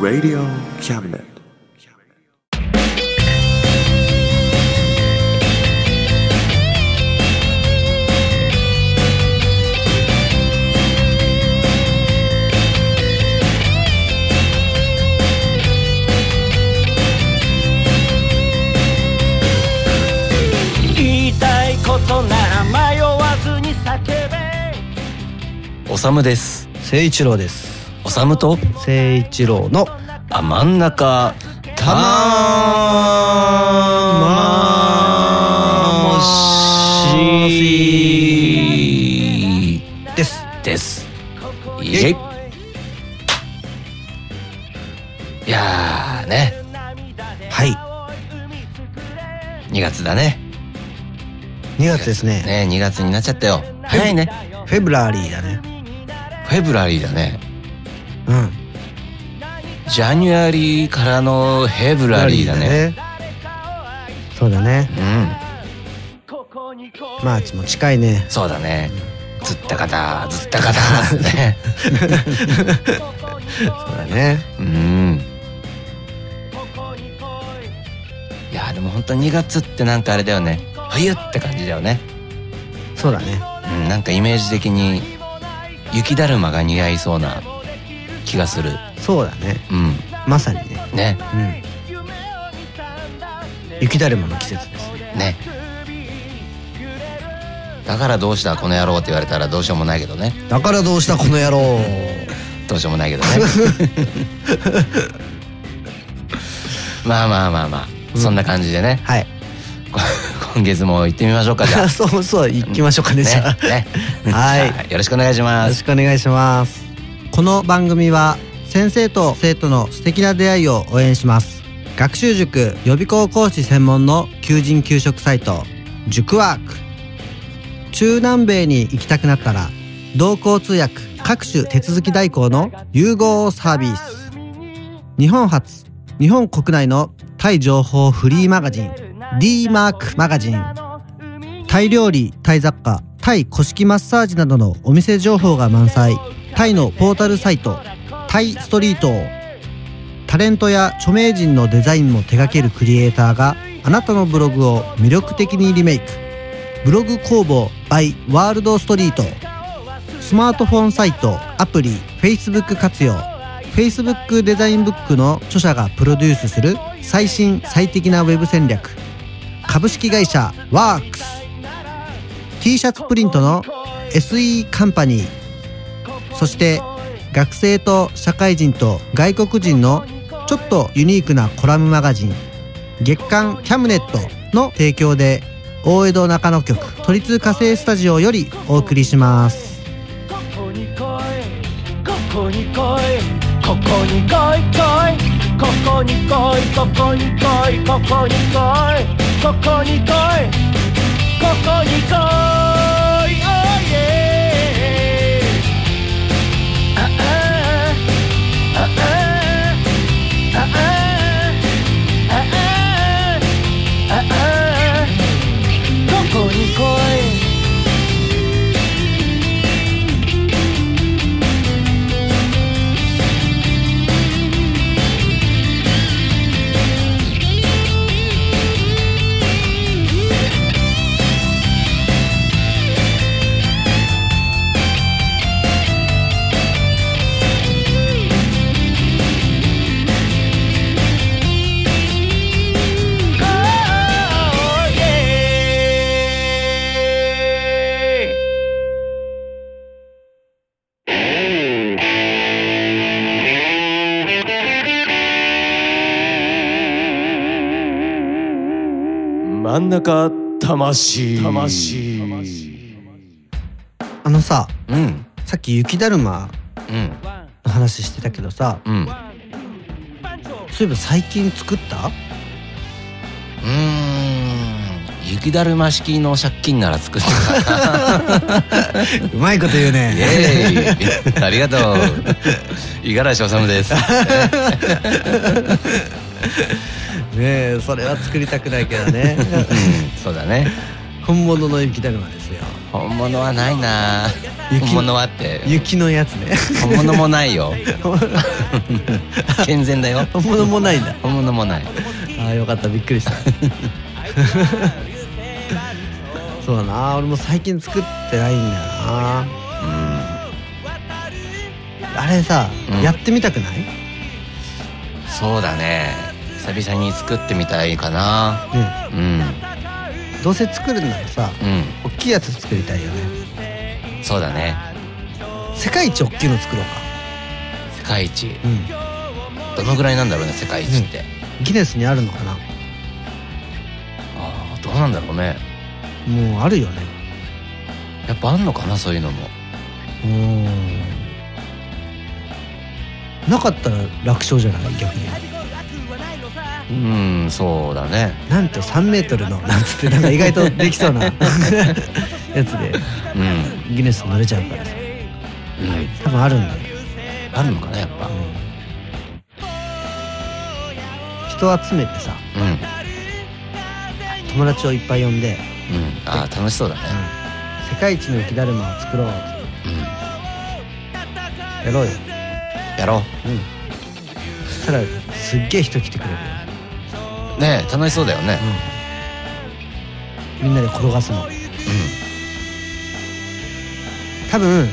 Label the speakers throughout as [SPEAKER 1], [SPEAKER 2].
[SPEAKER 1] Radio Cabinet.
[SPEAKER 2] 言いたいことなら迷わずに叫べ
[SPEAKER 3] おさむです
[SPEAKER 4] 誠一郎です
[SPEAKER 3] おさむと
[SPEAKER 4] 誠一郎の
[SPEAKER 3] あ真ん中
[SPEAKER 4] たままもしです
[SPEAKER 3] ですいえいやーね
[SPEAKER 4] はい
[SPEAKER 3] 2月だね
[SPEAKER 4] 2月ですね
[SPEAKER 3] ね2月になっちゃったよ早いね
[SPEAKER 4] フェブラリーだね
[SPEAKER 3] フェブラリーだね
[SPEAKER 4] うん
[SPEAKER 3] ジャニュアリーからのヘブ
[SPEAKER 4] フ
[SPEAKER 3] ラリーだね
[SPEAKER 4] そうだね
[SPEAKER 2] こ
[SPEAKER 4] マーチも近いね
[SPEAKER 3] うんそうだねずったかたずった かたですね
[SPEAKER 4] そうだね
[SPEAKER 3] うん
[SPEAKER 2] こに来い
[SPEAKER 3] いやーでも本当2月ってなんかあれだよね冬って感じだよね
[SPEAKER 4] そうだね
[SPEAKER 3] うん、なんかイメージ的に雪だるまが似合いそうな気がする
[SPEAKER 4] そうだね
[SPEAKER 3] うん
[SPEAKER 4] まさにね
[SPEAKER 3] ね
[SPEAKER 4] うん雪だるまの季節です
[SPEAKER 3] ねだからどうしたこの野郎って言われたらどうしようもないけどね
[SPEAKER 4] だからどうしたこの野郎
[SPEAKER 3] どうしようもないけ どねまあまあまあまあ、そんな感じでね
[SPEAKER 4] はい
[SPEAKER 3] こ今月も行ってみましょうかじゃあ
[SPEAKER 4] そうそう行きましょうかねじゃあ
[SPEAKER 3] ねね
[SPEAKER 4] はい
[SPEAKER 3] じゃあよろしくお願いし
[SPEAKER 4] よ
[SPEAKER 3] ま
[SPEAKER 4] ろ
[SPEAKER 3] す
[SPEAKER 4] しくお願いしますこの番組は先生と生徒の素敵な出会いを応援します学習塾予備校講師専門の求人求職サイト塾ワーク中南米に行きたくなったら同行通訳各種手続き代行の融合サービス日本初日本国内のタイ情報フリーマガジン D マークマガジンタイ料理タイ雑貨タイ古式マッサージなどのお店情報が満載タイのポータルサイトタイストリートタレントや著名人のデザインも手掛けるクリエイターがあなたのブログを魅力的にリメイクブログ工房 by ワールドストリートスマートフォンサイトアプリ Facebook 活用 Facebook デザインブックの著者がプロデュースする最新最適なウェブ戦略株式会社ワークス t シャツプリントの SE カンパニーそして学生と社会人と外国人のちょっとユニークなコラムマガジン月刊キャムネットの提供で大江戸中野局都立火星スタジオよりお送りします
[SPEAKER 2] ここに来いここに来いここに来い来いここに来いここに来いここに来いここに来いここに来い Oh yeah ああああああああああここに来い
[SPEAKER 3] 真ん中魂魂
[SPEAKER 4] あのさ
[SPEAKER 3] うん
[SPEAKER 4] さっき雪だるま
[SPEAKER 3] うん
[SPEAKER 4] の話してたけどさ
[SPEAKER 3] うん
[SPEAKER 4] そういえば最近作った
[SPEAKER 3] うーん雪だるま式の借金なら作ったか な
[SPEAKER 4] うまいこと言う
[SPEAKER 3] イ
[SPEAKER 4] ね
[SPEAKER 3] エーイありがとう五十嵐修です
[SPEAKER 4] ねえそれは作りたくないけどね
[SPEAKER 3] うんそうだね
[SPEAKER 4] 本物の雪だるまですよ
[SPEAKER 3] 本物はないな
[SPEAKER 4] 雪
[SPEAKER 3] 本物はって
[SPEAKER 4] 雪のやつ ね
[SPEAKER 3] 本物もない よ健全だよ
[SPEAKER 4] 本物もないんだ
[SPEAKER 3] 本物もない
[SPEAKER 4] ああよかったびっくりした そうだな俺も最近作ってないんだよな
[SPEAKER 3] うん
[SPEAKER 4] あれさ、
[SPEAKER 3] うん
[SPEAKER 4] やってみたくないね
[SPEAKER 3] そうだね久々に作ってみたいかなうん
[SPEAKER 4] どうせ作るんならさ
[SPEAKER 3] う
[SPEAKER 4] 大きいやつ作りたいよね
[SPEAKER 3] んそうだね
[SPEAKER 4] 世界一大きいの作ろうか
[SPEAKER 3] 世界一
[SPEAKER 4] うん
[SPEAKER 3] どのぐらいなんだろうね世界一って、
[SPEAKER 4] ギネスにあるのかな
[SPEAKER 3] ああどうなんだろうね
[SPEAKER 4] もうあるよね
[SPEAKER 3] やっぱあんのかなそういうのも
[SPEAKER 4] うーんなかったら楽勝じゃない逆に
[SPEAKER 3] うんそうだね
[SPEAKER 4] なんと3メートルのなんつってなんか意外とできそうなやつで
[SPEAKER 3] うん、
[SPEAKER 4] ギネス乗れちゃうからさ
[SPEAKER 3] うん、
[SPEAKER 4] 多分あるんだよ、
[SPEAKER 3] あるのかなやっぱ
[SPEAKER 4] 人集めてさ
[SPEAKER 3] うんうん
[SPEAKER 4] 友達をいっぱい呼んで、
[SPEAKER 3] ああ楽しそうだね
[SPEAKER 4] 世界一の雪だるまを作ろう
[SPEAKER 3] うん
[SPEAKER 4] やろうよ、
[SPEAKER 3] やろ
[SPEAKER 4] うん、そしたらすっげえ人来てくれるよ、
[SPEAKER 3] うねえ楽しそうだよね
[SPEAKER 4] うん、みんなで転がすの多分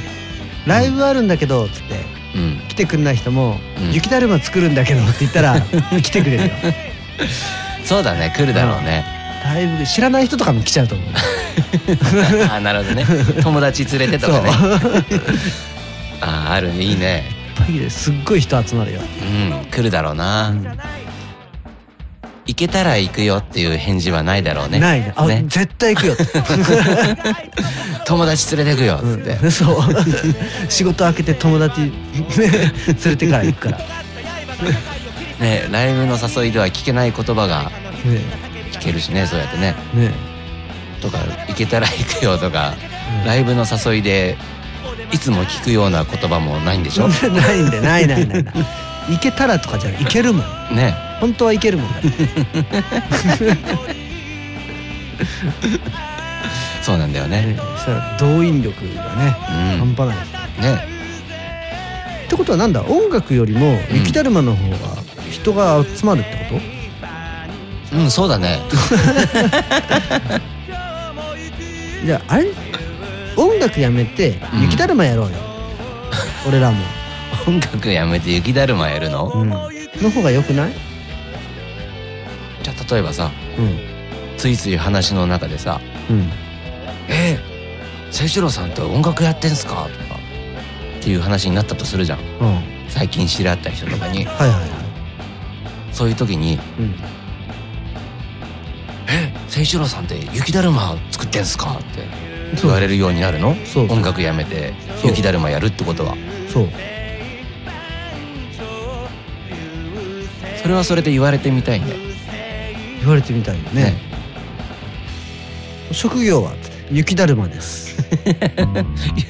[SPEAKER 4] ライブあるんだけどっつって
[SPEAKER 3] うんうん
[SPEAKER 4] 来てくんない人も、
[SPEAKER 3] うん
[SPEAKER 4] 雪だるま作るんだけどって言った ら来てくれるよ
[SPEAKER 3] そうだね来るだろうね
[SPEAKER 4] だいぶ知らない人とかも来ちゃうと思う
[SPEAKER 3] ああなるほどね友達連れてとかね あああるねいいね
[SPEAKER 4] いっぱい来てすっごい人集まるよ、
[SPEAKER 3] うん来るだろうな、
[SPEAKER 4] うん
[SPEAKER 3] 行けたら行くよっていう返事はないだろうね
[SPEAKER 4] ないねあ
[SPEAKER 3] ね
[SPEAKER 4] 絶対行くよって、
[SPEAKER 3] 友達連れてくよっ つって、
[SPEAKER 4] うんそう仕事開けて友 達連れてから行くから、ね
[SPEAKER 3] ねライブの誘いでは聞けない言葉が
[SPEAKER 4] ね
[SPEAKER 3] 聞けるしねそうや ってねとか行けたら行くよとか、
[SPEAKER 4] うん
[SPEAKER 3] ライブの誘いでいつも聞くような言葉もないんでしょ
[SPEAKER 4] ないんでないないないない行けたらとかじゃない行けるもん
[SPEAKER 3] ね
[SPEAKER 4] 本当は行けるもんだって
[SPEAKER 3] そうなんだよ
[SPEAKER 4] ね
[SPEAKER 3] ね、
[SPEAKER 4] そしたら動員力がね、
[SPEAKER 3] うん
[SPEAKER 4] 半端ないですね
[SPEAKER 3] ね
[SPEAKER 4] ってことはなんだ音楽よりも
[SPEAKER 3] うん
[SPEAKER 4] 雪だるまの方が人が集まるってこ
[SPEAKER 3] うんそうだね
[SPEAKER 4] とじゃああれ音楽やめて
[SPEAKER 3] うん
[SPEAKER 4] 雪だるまや ろうよ、俺らも、
[SPEAKER 3] 音楽やめて雪だるまやるの、
[SPEAKER 4] うん、の方が良くない、
[SPEAKER 3] じゃあ例えばさ
[SPEAKER 4] うん
[SPEAKER 3] ついつい話の中でさ
[SPEAKER 4] うん、
[SPEAKER 3] 「えー、清志郎さんって音楽やってんすか?」とかっていう話になったとするじゃん
[SPEAKER 4] うん、はい
[SPEAKER 3] 最近知り合った人とかに
[SPEAKER 4] はいは
[SPEAKER 3] そういう時に
[SPEAKER 4] い、うん、
[SPEAKER 3] え清志郎さんって雪だるま作ってんすかって言われるようになるの
[SPEAKER 4] そう
[SPEAKER 3] 音楽やめて
[SPEAKER 4] そう
[SPEAKER 3] 雪だるまやるってことは
[SPEAKER 4] そう
[SPEAKER 3] それはそれで言われてみたいね
[SPEAKER 4] 言われてみたいよね職業は雪だるまです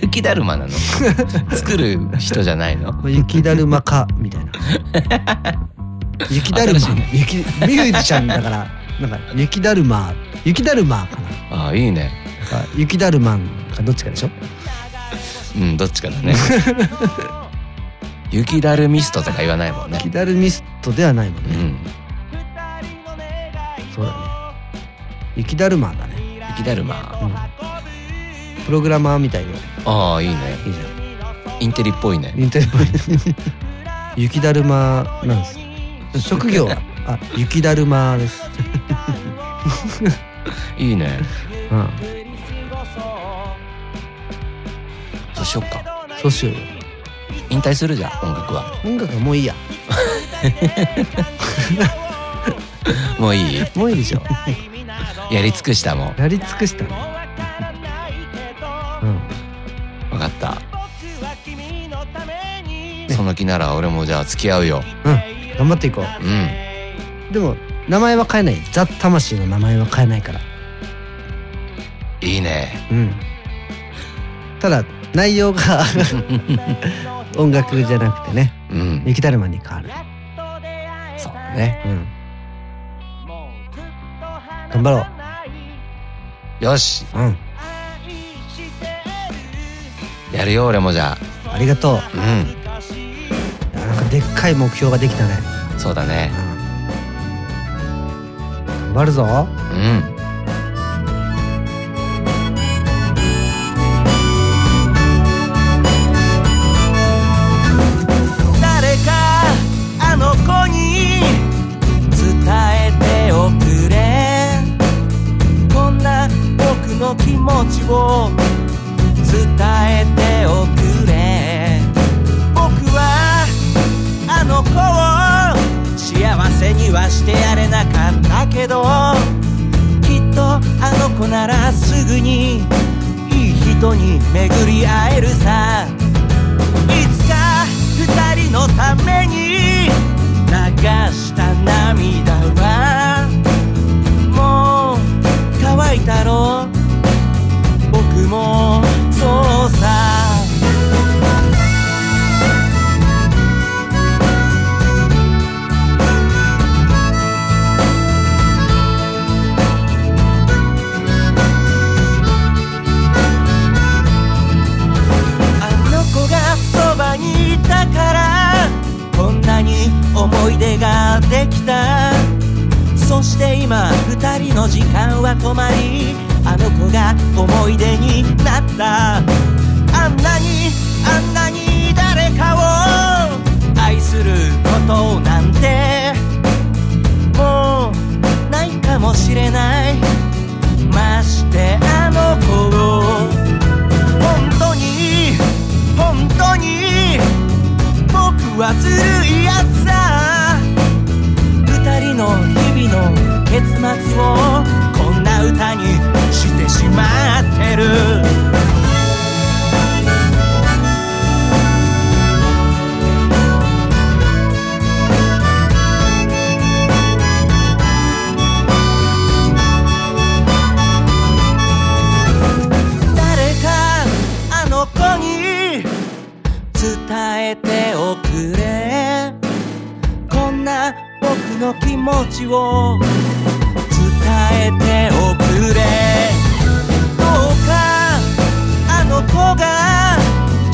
[SPEAKER 3] 雪だるまな の作る人じゃないの
[SPEAKER 4] 雪だるまかみ たいな雪だるま
[SPEAKER 3] 新しい
[SPEAKER 4] 雪ミュージシャンだからなんか雪だるま雪だるまかな
[SPEAKER 3] ああいいね
[SPEAKER 4] か雪だるまんかどっちかでしょ
[SPEAKER 3] うんどっちかだ ね雪だるミストとか言わないもんね
[SPEAKER 4] 雪だるミストではないもん
[SPEAKER 3] う
[SPEAKER 4] ね、
[SPEAKER 3] ん
[SPEAKER 4] そうだね雪だるまだね、
[SPEAKER 3] 雪だるま
[SPEAKER 4] うん、プログラマーみたいで
[SPEAKER 3] ああいいね
[SPEAKER 4] いいじゃ
[SPEAKER 3] インテリっぽい
[SPEAKER 4] ん
[SPEAKER 3] ね
[SPEAKER 4] インテリっぽい雪だるまなんです職業はあ雪だるまです、
[SPEAKER 3] いいね
[SPEAKER 4] うん、
[SPEAKER 3] そうしよ っか
[SPEAKER 4] そうしようよ
[SPEAKER 3] 引退するじゃん音楽は
[SPEAKER 4] 音楽はもういいや
[SPEAKER 3] もういい
[SPEAKER 4] もういいで しょ
[SPEAKER 3] やり尽 くしたもん
[SPEAKER 4] やり尽くしたねうん
[SPEAKER 3] 分かったその気なら俺もじゃあ付き合うよ
[SPEAKER 4] うん頑張っていこ
[SPEAKER 3] うん
[SPEAKER 4] うでも名前は変えないザ・魂の名前は変えないから
[SPEAKER 3] いいね
[SPEAKER 4] うん、ただ内容 が音楽じゃなくてね
[SPEAKER 3] うん
[SPEAKER 4] 雪だるまに変わる、
[SPEAKER 3] そうだね
[SPEAKER 4] うん、頑張ろ
[SPEAKER 3] よし
[SPEAKER 4] う、うん、
[SPEAKER 3] やるよ俺もじゃ
[SPEAKER 4] ありがとう
[SPEAKER 3] あう
[SPEAKER 4] いやなんかでっかい目標ができたね、
[SPEAKER 3] んそうだね
[SPEAKER 4] うん、頑張るぞ
[SPEAKER 3] うん
[SPEAKER 2] 誰かあの子に伝えておくれこんな僕の気持ちを伝えておくれ僕はあの子を幸せにはしてやれなかったけどきっとあの子ならすぐにいい人に巡り会えるさいつか二人のために流した涙はもう乾いたろう僕もそうさあの子がそばにいたからこんなに思い出ができたそして今二人の時間は止まりあの子が思い出になったあんなにあんなに誰かを愛することなんてもうないかもしれないましてあの子を本当に本当に僕はずるいやつさ二人の日々の結末をこんな歌にしてしまってる誰かあの子に伝えておくれこんな僕の気持ちを伝えておくれどうかあの子が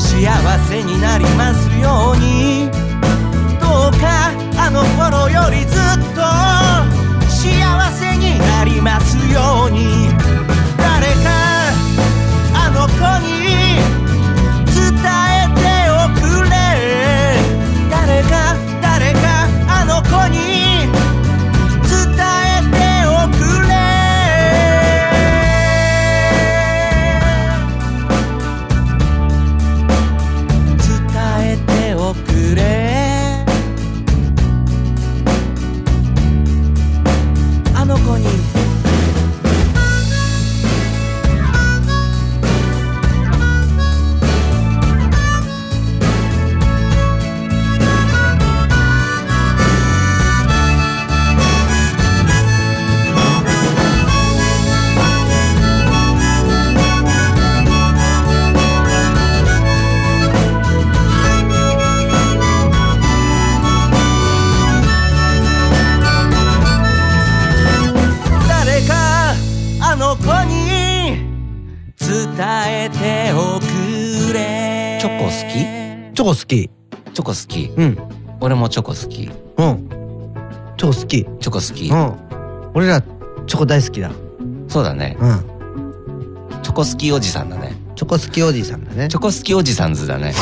[SPEAKER 2] 幸せになりますようにどうかあの頃よりずっと幸せになりますように誰かあの子に伝えておくれ誰か誰かあの子に伝えておくれ伝えておくれあの子に誰かあの子に伝えておくれ
[SPEAKER 3] チョコ好
[SPEAKER 4] チョコ好
[SPEAKER 3] チ
[SPEAKER 4] き
[SPEAKER 3] ョコ好き
[SPEAKER 4] うん
[SPEAKER 3] 俺もチョコ好きチ
[SPEAKER 4] うんチョコ好き
[SPEAKER 3] ョコ好き
[SPEAKER 4] うん俺らチョコ大好きだ
[SPEAKER 3] そうだね
[SPEAKER 4] うん
[SPEAKER 3] チョコ好きおじさんだね
[SPEAKER 4] チョコ好きおじさんだね
[SPEAKER 3] チョコ好きおじさんズだね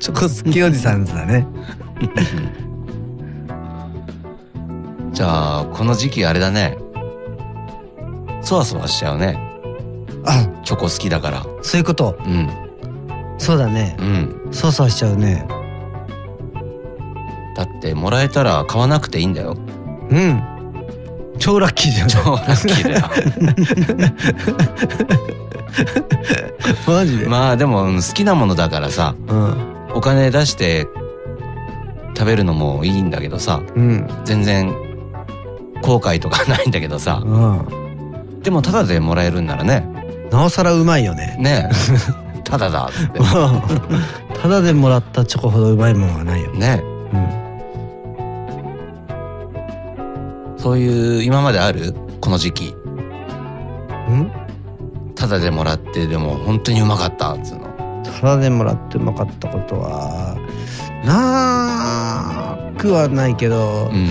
[SPEAKER 4] チョコ 好きおじさんだね
[SPEAKER 3] じゃあこの時期あれだねそわそわしちゃうね
[SPEAKER 4] あ
[SPEAKER 3] チョコ好きだから
[SPEAKER 4] そういうこと
[SPEAKER 3] うん
[SPEAKER 4] そうだね
[SPEAKER 3] うん
[SPEAKER 4] そうそうしちゃうね
[SPEAKER 3] だってもらえたら買わなくていいんだよ
[SPEAKER 4] うん超ラッキーじゃん
[SPEAKER 3] 超ラッキーだよ
[SPEAKER 4] マジで、
[SPEAKER 3] まあでもうん好きなものだからさ
[SPEAKER 4] うん
[SPEAKER 3] お金出して食べるのもいいんだけどさ
[SPEAKER 4] うん
[SPEAKER 3] 全然後悔とかないんだけどさ
[SPEAKER 4] うん
[SPEAKER 3] でもタダでもらえるんならね
[SPEAKER 4] なおさらうまいよね
[SPEAKER 3] ねえタダだっつって
[SPEAKER 4] うんただでもらったチョコほどうまいもんはないよね、
[SPEAKER 3] ね
[SPEAKER 4] うん、
[SPEAKER 3] そういう今まであるこの時期
[SPEAKER 4] うん
[SPEAKER 3] タダでもらってでも本当にうまかったっつうの
[SPEAKER 4] たタダでもらってうまかったことはなくはないけど、
[SPEAKER 3] うん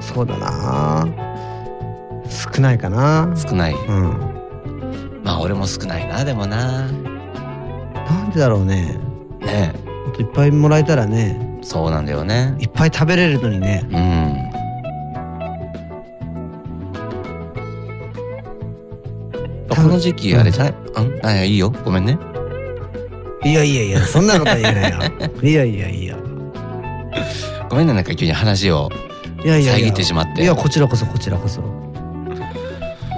[SPEAKER 4] そうだな少ないかな
[SPEAKER 3] 少ない
[SPEAKER 4] うん
[SPEAKER 3] まあ俺も少ないなでもな
[SPEAKER 4] なんでだろうね
[SPEAKER 3] ね
[SPEAKER 4] もっといっぱいもらえたらね
[SPEAKER 3] そうなんだよね
[SPEAKER 4] いっぱい食べれるのにね
[SPEAKER 3] うん
[SPEAKER 4] 多
[SPEAKER 3] こ
[SPEAKER 4] 分
[SPEAKER 3] の時期あれじゃない、うん、あいやいいよごめんね
[SPEAKER 4] いやいやいやそんなこと言えない よいやいやいや
[SPEAKER 3] ごめんねなんか急に話を
[SPEAKER 4] いやいやいや
[SPEAKER 3] 遮ってしまって
[SPEAKER 4] いやこちらこそこちらこそう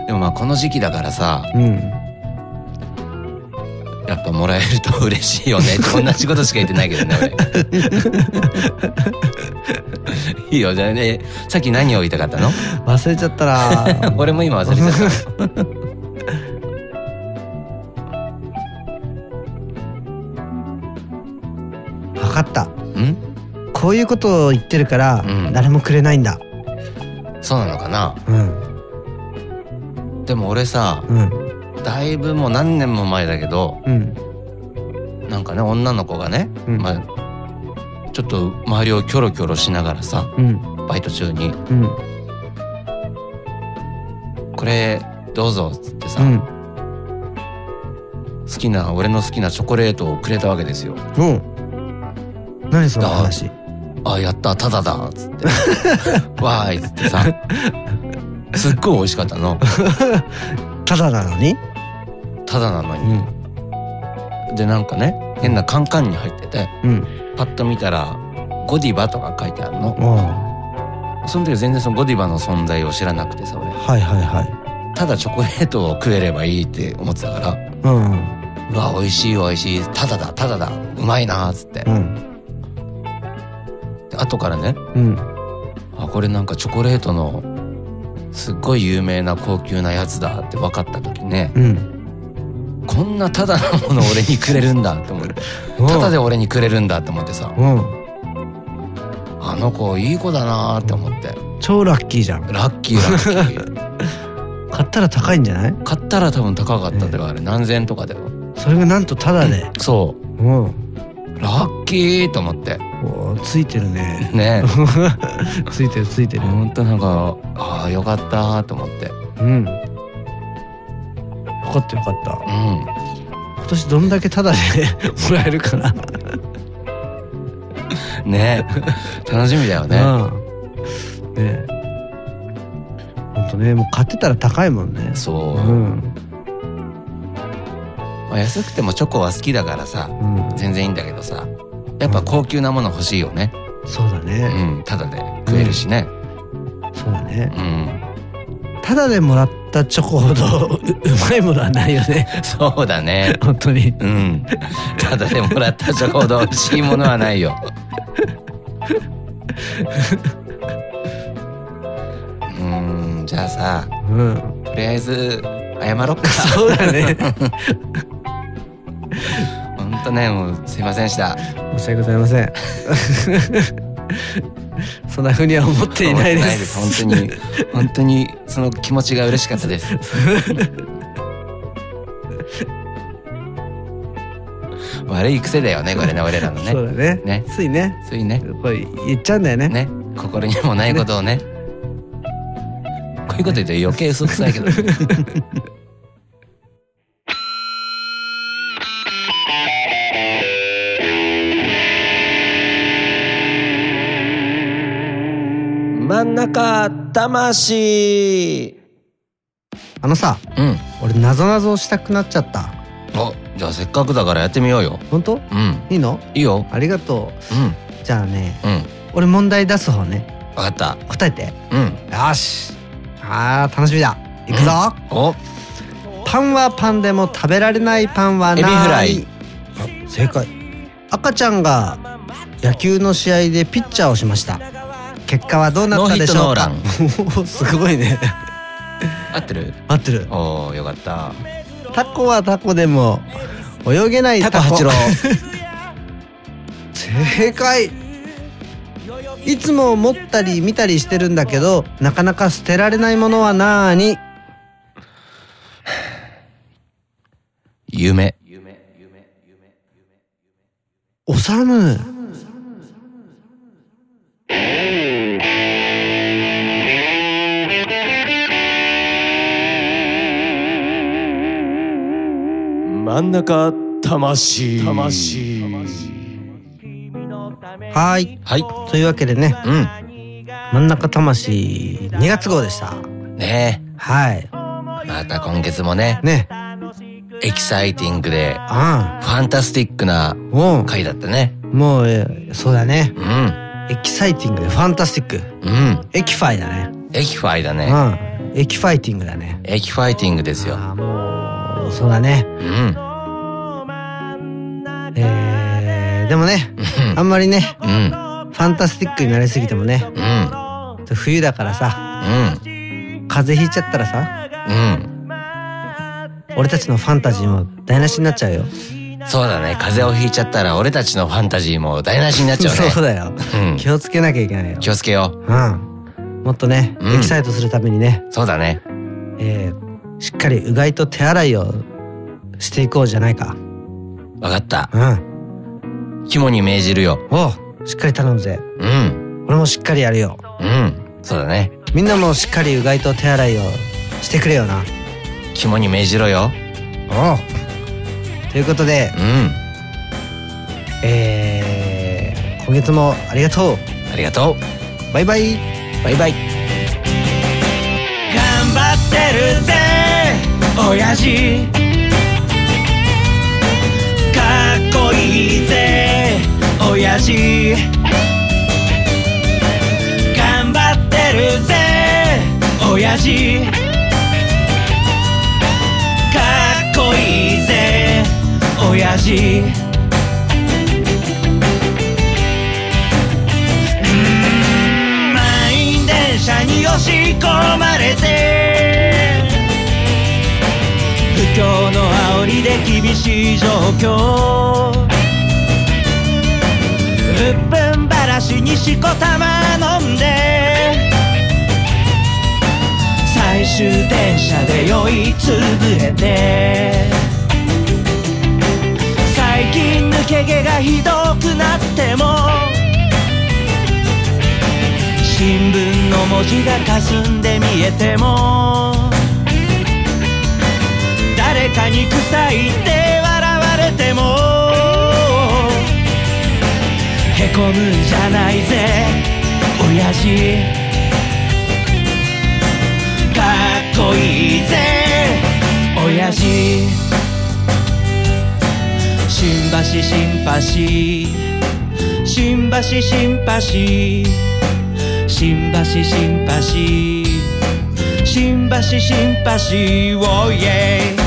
[SPEAKER 3] でもまあこの時期だからさ
[SPEAKER 4] ん
[SPEAKER 3] やっぱもらえると嬉しいよねこんな仕事しか言ってないけどね 俺いいよじゃあねさっき何を言いたかったの
[SPEAKER 4] 忘れちゃったら
[SPEAKER 3] 俺も今忘れちゃ った
[SPEAKER 4] 分かった
[SPEAKER 3] うん
[SPEAKER 4] こういうことを言ってるから、
[SPEAKER 3] うん
[SPEAKER 4] 誰もくれないんだ
[SPEAKER 3] そうなのかな
[SPEAKER 4] うん
[SPEAKER 3] でも俺さ
[SPEAKER 4] うん
[SPEAKER 3] だいぶもう何年も前だけど
[SPEAKER 4] うん
[SPEAKER 3] なんかね女の子がね、
[SPEAKER 4] うん
[SPEAKER 3] まあ、ちょっと周りをキョロキョロしながらさ
[SPEAKER 4] うん
[SPEAKER 3] バイト中に
[SPEAKER 4] うん
[SPEAKER 3] 「これどうぞ」っつってさ、
[SPEAKER 4] うん
[SPEAKER 3] 好きな俺の好きなチョコレートをくれたわけですよ。
[SPEAKER 4] うん何その話
[SPEAKER 3] あやったただだっつって わーいっつってさすっごい美味しかったの
[SPEAKER 4] ただなのに
[SPEAKER 3] ただなの
[SPEAKER 4] う
[SPEAKER 3] に
[SPEAKER 4] ん
[SPEAKER 3] でなんかね変なカンカンに入ってて
[SPEAKER 4] うん
[SPEAKER 3] パッと見たらゴディバとか書いてあるの
[SPEAKER 4] おう
[SPEAKER 3] その時全然そのゴディバの存在を知らなくてさ俺
[SPEAKER 4] はいはいはい
[SPEAKER 3] ただチョコレートを食えればいいって思ってたから
[SPEAKER 4] うん
[SPEAKER 3] うわ美味しい美味しいただだただだうまいなーっつって
[SPEAKER 4] うん
[SPEAKER 3] で後からね
[SPEAKER 4] うん
[SPEAKER 3] あこれなんかチョコレートのすっごい有名な高級なやつだって分かった時ね
[SPEAKER 4] うん
[SPEAKER 3] こんなただのもの俺にくれるんだって思って
[SPEAKER 4] うん
[SPEAKER 3] ただで俺にくれるんだって思ってさ
[SPEAKER 4] うん
[SPEAKER 3] あの子いい子だなーって思って
[SPEAKER 4] 超ラッキーじゃん
[SPEAKER 3] ラッキーラッキー
[SPEAKER 4] 買ったら高いんじゃない
[SPEAKER 3] 買ったら多分高かったではあれ何千円とかでは
[SPEAKER 4] それがなんとただで
[SPEAKER 3] そ
[SPEAKER 4] うん
[SPEAKER 3] うラッキーと思って
[SPEAKER 4] おーついてるね
[SPEAKER 3] ね
[SPEAKER 4] ついてるついて
[SPEAKER 3] え
[SPEAKER 4] る
[SPEAKER 3] ほんとなんかああよかったーと思って
[SPEAKER 4] うんよかったよかった
[SPEAKER 3] う
[SPEAKER 4] 今年どんだけタダでもらえるかな、
[SPEAKER 3] ん ねえ楽しみだよね
[SPEAKER 4] うんねほんとねもう買ってたら高いもんね
[SPEAKER 3] そうう、
[SPEAKER 4] ん
[SPEAKER 3] まあ、安くてもチョコは好きだからさ
[SPEAKER 4] うん
[SPEAKER 3] 全然いいんだけどさやっぱ高級なもの欲しいよね
[SPEAKER 4] そうだ
[SPEAKER 3] う
[SPEAKER 4] ね、
[SPEAKER 3] んただで食えるしね
[SPEAKER 4] そうだね
[SPEAKER 3] うん
[SPEAKER 4] タダでもらったチョコほどううまいものはないよね
[SPEAKER 3] そうだね。
[SPEAKER 4] 本当に
[SPEAKER 3] うん。ただでもらったチョコほど美味しいものはない よ。うーん、じゃあさ、
[SPEAKER 4] うん
[SPEAKER 3] とりあえず謝ろっ か。
[SPEAKER 4] そうだね
[SPEAKER 3] ほんとね、もうすいませんでした。
[SPEAKER 4] 申し訳ございませんそんなふうには思っていないです
[SPEAKER 3] 思ってないです本当に、本当にその気持ちが嬉しかった です。悪い癖だよね、これね、俺らの
[SPEAKER 4] そう
[SPEAKER 3] ね。
[SPEAKER 4] だね
[SPEAKER 3] ね
[SPEAKER 4] ついね
[SPEAKER 3] そういうね。
[SPEAKER 4] やっぱり言っちゃうんだよね
[SPEAKER 3] ね、心にもないことをね。こういうこと言うと余計嘘くさいけど。真ん中魂。
[SPEAKER 4] あのさ
[SPEAKER 3] うん。
[SPEAKER 4] 俺なぞなぞをしたくなっちゃった
[SPEAKER 3] お、じゃあせっかくだからやってみようよ。
[SPEAKER 4] 本当
[SPEAKER 3] うん。
[SPEAKER 4] いいの
[SPEAKER 3] いいよ。
[SPEAKER 4] ありがと
[SPEAKER 3] うん。
[SPEAKER 4] うじゃあね
[SPEAKER 3] うん。
[SPEAKER 4] 俺問題出す方ね
[SPEAKER 3] わかった。
[SPEAKER 4] 答えて
[SPEAKER 3] うん。
[SPEAKER 4] よしあー楽しみだいくぞ、
[SPEAKER 3] お、
[SPEAKER 4] パンはパンでも食べられないパンはない
[SPEAKER 3] エビ
[SPEAKER 4] あ正解赤ちゃんが野球の試合でピッチャーをしました結果はどうなったでしょうか
[SPEAKER 3] ノーヒ
[SPEAKER 4] おーすごいね
[SPEAKER 3] 合ってる。
[SPEAKER 4] 合ってる
[SPEAKER 3] おお、よかった。
[SPEAKER 4] タコはタコでも泳げないタ
[SPEAKER 3] タ
[SPEAKER 4] コ
[SPEAKER 3] コ八郎。
[SPEAKER 4] 正解いつも持ったり見たりしてるんだけどなかなか捨てられないものはなーに
[SPEAKER 3] 夢。
[SPEAKER 4] おさらむ
[SPEAKER 2] 真ん中魂魂
[SPEAKER 4] はい
[SPEAKER 3] はい
[SPEAKER 4] というわけでね
[SPEAKER 3] うん
[SPEAKER 4] 真ん中魂2月号でした
[SPEAKER 3] ね
[SPEAKER 4] はい
[SPEAKER 3] えまた今月もね
[SPEAKER 4] ね
[SPEAKER 3] エキサイティングで
[SPEAKER 4] あ
[SPEAKER 3] ファンタスティックな
[SPEAKER 4] んうん
[SPEAKER 3] 回だったね
[SPEAKER 4] もうえーそうだね
[SPEAKER 3] うん
[SPEAKER 4] エキサイティングでファンタスティック
[SPEAKER 3] うん
[SPEAKER 4] エキファイだね
[SPEAKER 3] エキファイだね
[SPEAKER 4] うんエキファイティングだね
[SPEAKER 3] エキファイティングですよ
[SPEAKER 4] あーもうそうだね
[SPEAKER 3] うん
[SPEAKER 4] えー、でもねあんまりね
[SPEAKER 3] うん
[SPEAKER 4] ファンタスティックになりすぎてもね
[SPEAKER 3] うん
[SPEAKER 4] 冬だからさ
[SPEAKER 3] うん
[SPEAKER 4] 風邪ひいちゃったらさ
[SPEAKER 3] うん
[SPEAKER 4] 俺たちのファンタジーも台無しになっちゃうよ
[SPEAKER 3] そうだね風邪をひいちゃったら俺たちのファンタジーも台無しになっちゃうね
[SPEAKER 4] そうだよ
[SPEAKER 3] うん
[SPEAKER 4] 気をつけなきゃいけないよ
[SPEAKER 3] 気をつけよ
[SPEAKER 4] うんもっとね、
[SPEAKER 3] うん
[SPEAKER 4] エキサイトするためにね、
[SPEAKER 3] うそうだね
[SPEAKER 4] えー、しっかりうがいと手洗いをしていこうじゃないか
[SPEAKER 3] わかった
[SPEAKER 4] うん
[SPEAKER 3] 肝に銘じるよ
[SPEAKER 4] おうしっかり頼むぜ
[SPEAKER 3] うん
[SPEAKER 4] 俺もしっかりやるよ
[SPEAKER 3] うんそうだね
[SPEAKER 4] みんなもしっかりうがいと手洗いをしてくれよな
[SPEAKER 3] 肝に銘じろよ
[SPEAKER 4] おうということで
[SPEAKER 3] うん
[SPEAKER 4] えー、今月もありがとう
[SPEAKER 3] ありがとう
[SPEAKER 4] バイバイ
[SPEAKER 3] バイバイ
[SPEAKER 2] 頑張ってるぜ親父かっこいいぜ親父頑張ってるぜ親父かっこいいぜ親父満員電車に押し込まれて不況の煽りで厳しい状況うっぷんばらしにしこたま飲んで最終電車で酔いつぶれて最近抜け毛がひどくなっても新聞の文字が霞んで見えても誰かに臭いって笑われてもへこむんじゃないぜ親父かっこいいぜ親父新橋新橋新橋新橋新橋新橋新橋新橋をイエイ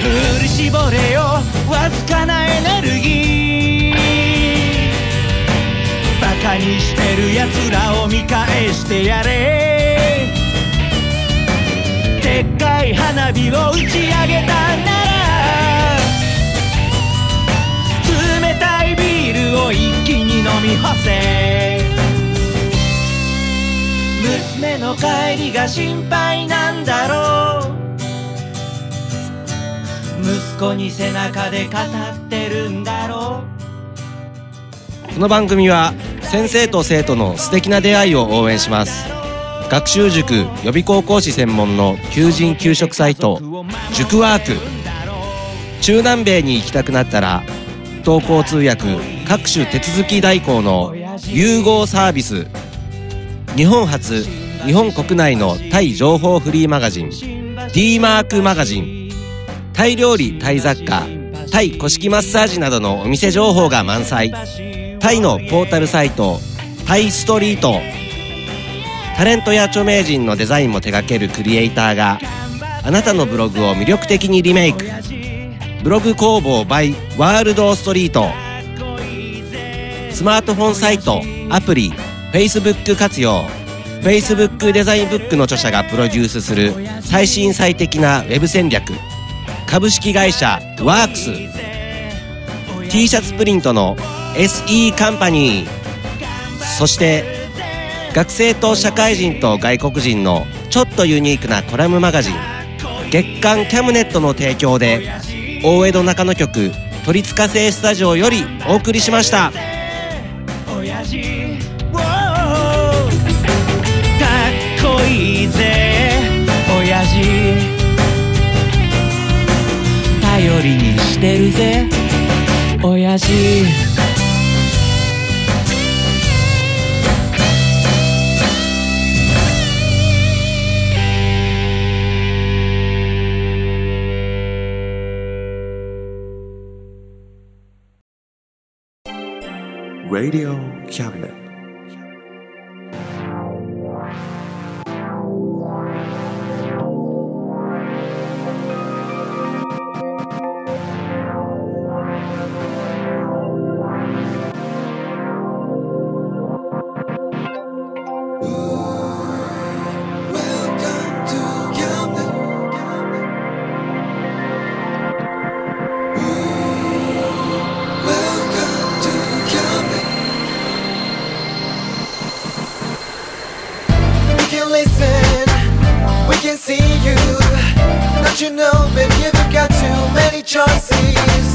[SPEAKER 2] 振り絞れよわずかなエネルギーバカにしてるやつらを見返してやれでっかい花火を打ち上げたなら冷たいビールを一気に飲み干せ娘の帰りが心配なんだろう息子に背中で語ってるんだろう
[SPEAKER 5] この番組は先生と生徒の素敵な出会いを応援します学習塾予備高校師専門の求人・給食サイト塾ワーク中南米に行きたくなったら不登校通訳各種手続き代行の融合サービス日本初日本国内のタイ情報フリーマガジン d マークマガジンタイ料理タイ雑貨タイ古式マッサージなどのお店情報が満載タイのポータルサイトタイストリートタレントや著名人のデザインも手掛けるクリエイターがあなたのブログを魅力的にリメイクブログ工房 by ワールドストリートスマートフォンサイトアプリ Facebook Facebook 活用 Facebook デザインブックの著者がプロデュースする最新最適なウェブ戦略株式会社ワークス t シャツプリントの SE カンパニーそして学生と社会人と外国人のちょっとユニークなコラムマガジン月刊キャムネットの提供で大江戸中野局鳥塚製スタジオよりお送りしました。
[SPEAKER 2] 親父おーかっこいいぜ親父頼りにしてるぜ親父
[SPEAKER 1] Radio Cabinet.
[SPEAKER 6] We can listen, we can see you. Don't you know, baby, you've got too many choices.